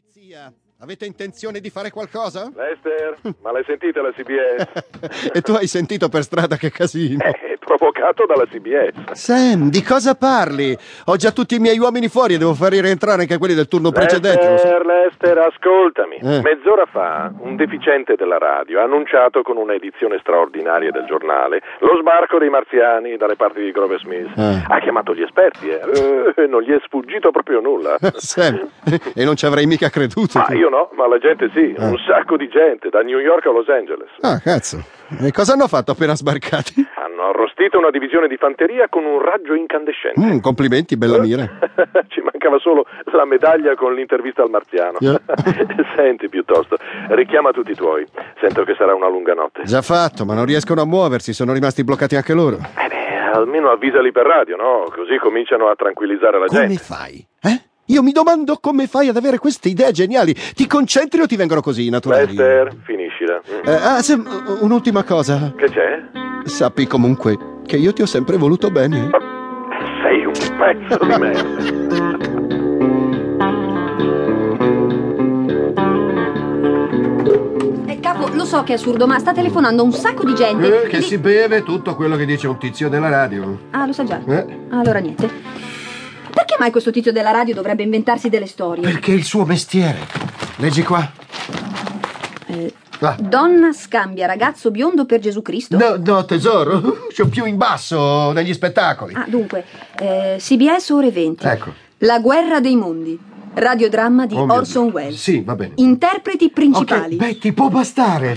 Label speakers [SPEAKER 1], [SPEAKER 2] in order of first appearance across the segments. [SPEAKER 1] polizia, avete intenzione di fare qualcosa?
[SPEAKER 2] Lester, ma l'hai sentita la CBS?
[SPEAKER 1] E tu hai sentito per strada che casino.
[SPEAKER 2] Eh, È provocato dalla CBS.
[SPEAKER 1] Eh. Sam, di cosa parli? Ho già tutti i miei uomini fuori e devo far rientrare anche quelli del turno precedente. lo sai.
[SPEAKER 2] Lester, Lester, ascoltami.
[SPEAKER 1] Eh.
[SPEAKER 2] Mezz'ora fa un deficiente della radio ha annunciato con un'edizione straordinaria del giornale lo sbarco dei marziani dalle parti di Grove Smith.
[SPEAKER 1] Eh.
[SPEAKER 2] Ha chiamato gli esperti, eh. Eh, non gli è sfuggito proprio nulla.
[SPEAKER 1] eh. Sam, e non ci avrei mica creduto.
[SPEAKER 2] Ma
[SPEAKER 1] tu.
[SPEAKER 2] io no, ma la gente sì,
[SPEAKER 1] Eh.
[SPEAKER 2] un sacco di gente, da New York a Los Angeles.
[SPEAKER 1] Ah, cazzo. E cosa hanno fatto appena sbarcati?
[SPEAKER 2] Hanno arrostito una divisione di fanteria con un raggio incandescente.
[SPEAKER 1] Mm, complimenti, bella mira.
[SPEAKER 2] Ci mancava solo la medaglia con l'intervista al marziano.
[SPEAKER 1] Yeah.
[SPEAKER 2] Senti piuttosto, richiama tutti i tuoi. Sento che sarà una lunga notte.
[SPEAKER 1] Già fatto, ma non riescono a muoversi, sono rimasti bloccati anche loro.
[SPEAKER 2] Eh beh, almeno avvisali per radio, no? Così cominciano a tranquillizzare la
[SPEAKER 1] Come
[SPEAKER 2] gente.
[SPEAKER 1] fai? Eh? Io mi domando come fai ad avere queste idee geniali. Ti concentri o ti vengono così, naturali?
[SPEAKER 2] Lester, finiscila. Mm.
[SPEAKER 1] Eh, ah, Sam, un'ultima cosa.
[SPEAKER 2] Che c'è?
[SPEAKER 1] Sappi comunque che io ti ho sempre voluto bene.
[SPEAKER 2] Oh, eh, Sei un pezzo di merda.
[SPEAKER 3] Eh, capo, lo so che è assurdo, ma sta telefonando un sacco di gente.
[SPEAKER 4] Eh, che si beve tutto quello che dice un tizio della radio.
[SPEAKER 3] Ah, lo sa già.
[SPEAKER 4] Eh?
[SPEAKER 3] Allora niente. Perché mai questo tizio della radio dovrebbe inventarsi delle storie?
[SPEAKER 4] Perché è il suo mestiere. Leggi qua.
[SPEAKER 3] Eh,
[SPEAKER 4] Ah.
[SPEAKER 3] donna scambia ragazzo biondo per Gesù Cristo?
[SPEAKER 4] No, no, tesoro, c'ho più in basso negli spettacoli.
[SPEAKER 3] Ah, dunque, eh, CBS ore 20.
[SPEAKER 4] Ecco.
[SPEAKER 3] La guerra dei mondi. Radiodramma di
[SPEAKER 4] Oh, mio
[SPEAKER 3] Orson
[SPEAKER 4] Dio.
[SPEAKER 3] Welles.
[SPEAKER 4] Sì, va bene.
[SPEAKER 3] Interpreti principali.
[SPEAKER 4] Ok, Betty, può bastare.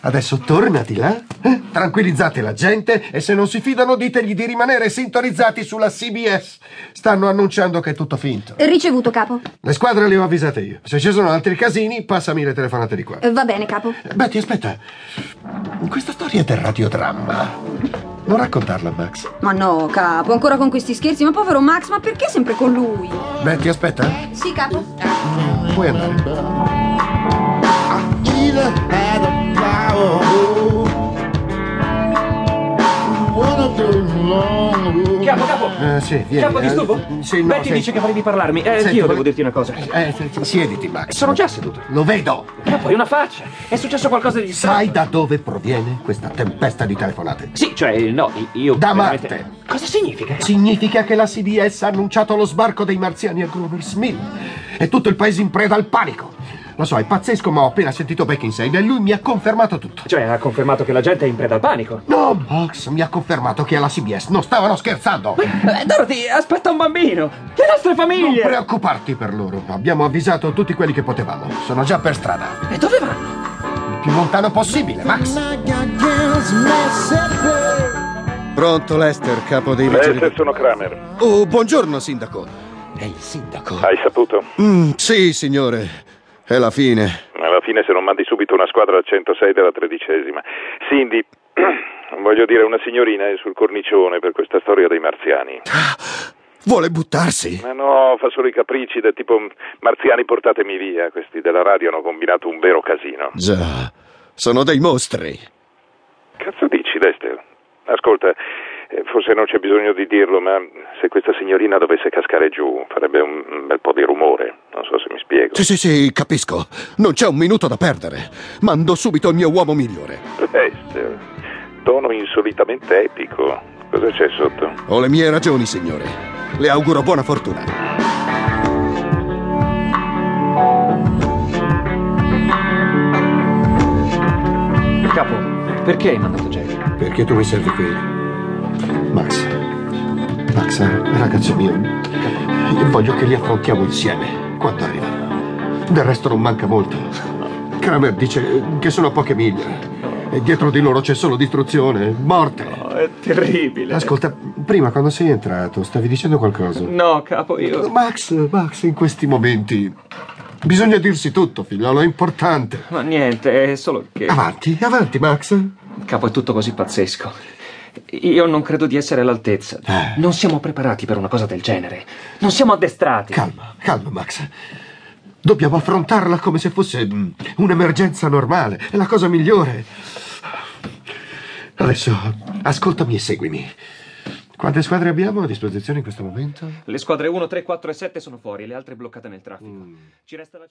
[SPEAKER 4] Adesso tornati là, eh? tranquillizzate la gente e se non si fidano ditegli di rimanere sintonizzati sulla CBS. Stanno annunciando che è tutto finto.
[SPEAKER 3] Ricevuto, capo.
[SPEAKER 4] Le squadre le ho avvisate io. Se ci sono altri casini, passami le telefonate di qua.
[SPEAKER 3] Eh, Va bene, capo.
[SPEAKER 4] Betty, aspetta. Questa storia del radiodramma. Non raccontarla, Max.
[SPEAKER 3] Ma no, capo, ancora con questi scherzi. Ma povero Max, ma perché sempre con lui?
[SPEAKER 4] Betty, aspetta.
[SPEAKER 3] Sì, capo.
[SPEAKER 4] Puoi andare.
[SPEAKER 5] either had a flower one of those long roads.
[SPEAKER 6] Capo, capo!
[SPEAKER 4] Eh, sì, vieni.
[SPEAKER 6] Capo, ti stupo?
[SPEAKER 4] Eh, sì, no,
[SPEAKER 6] Betty
[SPEAKER 4] sì.
[SPEAKER 6] dice che volevi parlarmi. Eh,
[SPEAKER 4] Senti,
[SPEAKER 6] anch'io
[SPEAKER 4] vole-
[SPEAKER 6] devo dirti una cosa.
[SPEAKER 4] Eh, senti, siediti, Max.
[SPEAKER 6] Sono già seduto.
[SPEAKER 4] Lo vedo.
[SPEAKER 6] Capo, hai una faccia. È successo qualcosa di strano.
[SPEAKER 4] Sai da dove proviene questa tempesta di telefonate?
[SPEAKER 6] Sì, cioè, no, io.
[SPEAKER 4] Da
[SPEAKER 6] veramente-
[SPEAKER 4] Marte.
[SPEAKER 6] Cosa significa?
[SPEAKER 4] Significa che la CBS ha annunciato lo sbarco dei marziani a Grover Smith e tutto il paese in preda al panico. Lo so, è pazzesco, ma ho appena sentito Beckinsale e lui mi ha confermato tutto.
[SPEAKER 6] Cioè, ha confermato che la gente è in preda al panico.
[SPEAKER 4] No, Max, mi ha confermato che alla CBS non stavano scherzando.
[SPEAKER 6] Eh, Dorothy, aspetta un bambino! Le nostre
[SPEAKER 4] Non
[SPEAKER 6] famiglie!
[SPEAKER 4] preoccuparti per loro. Abbiamo avvisato tutti quelli che potevamo. Sono già per strada.
[SPEAKER 6] e dove vanno?
[SPEAKER 4] Il più lontano possibile, Max.
[SPEAKER 1] Pronto, Lester, capo dei vigili.
[SPEAKER 2] Lester, Eh, sono Kramer.
[SPEAKER 1] Oh, buongiorno, sindaco. È il sindaco?
[SPEAKER 2] Hai saputo?
[SPEAKER 1] Mm, sì, signore. È la fine.
[SPEAKER 2] Alla fine se non mandi subito una squadra al 106 della tredicesima. Cindy, voglio dire, una signorina è sul cornicione per questa storia dei marziani.
[SPEAKER 1] Vuole buttarsi?
[SPEAKER 2] Ma no, fa solo i capricci del tipo marziani portatemi via. Questi della radio hanno combinato un vero casino.
[SPEAKER 1] Già, sono dei mostri.
[SPEAKER 2] Cazzo dici, Lester? Ascolta, eh, forse non c'è bisogno di dirlo, ma se questa signorina dovesse cascare giù farebbe un un bel po' di rumore. Non so se mi spiego.
[SPEAKER 1] Sì, sì, sì, capisco. Non c'è un minuto da perdere. Mando subito il mio uomo migliore.
[SPEAKER 2] Lester, tono insolitamente epico. Cosa c'è sotto?
[SPEAKER 1] Ho le mie ragioni, signore. Le auguro buona fortuna.
[SPEAKER 6] Capo, perché hai mandato Jack?
[SPEAKER 4] Perché tu mi servi qui? Max. Max, eh, ragazzo mio, io voglio che li affrontiamo insieme quando arrivano. Del resto non manca molto. Kramer dice che sono poche miglia. E dietro di loro c'è solo distruzione, morte.
[SPEAKER 6] Oh, è terribile.
[SPEAKER 4] Ascolta, prima quando sei entrato stavi dicendo qualcosa.
[SPEAKER 6] No, capo, io.
[SPEAKER 4] Max, Max, in questi momenti bisogna dirsi tutto, figliolo, è importante.
[SPEAKER 6] Ma niente, è solo che.
[SPEAKER 4] Avanti, avanti, Max.
[SPEAKER 6] Capo, è tutto così pazzesco. Io non credo di essere all'altezza.
[SPEAKER 4] Eh.
[SPEAKER 6] Non siamo preparati per una cosa del genere. Non siamo addestrati.
[SPEAKER 4] Calma, calma, Max. Dobbiamo affrontarla come se fosse mm, un'emergenza normale. È la cosa migliore. Adesso, ascoltami e seguimi. Quante squadre abbiamo a disposizione in questo momento?
[SPEAKER 6] Le squadre 1, 3, 4 e 7 sono fuori, le altre bloccate nel traffico. Ci resta la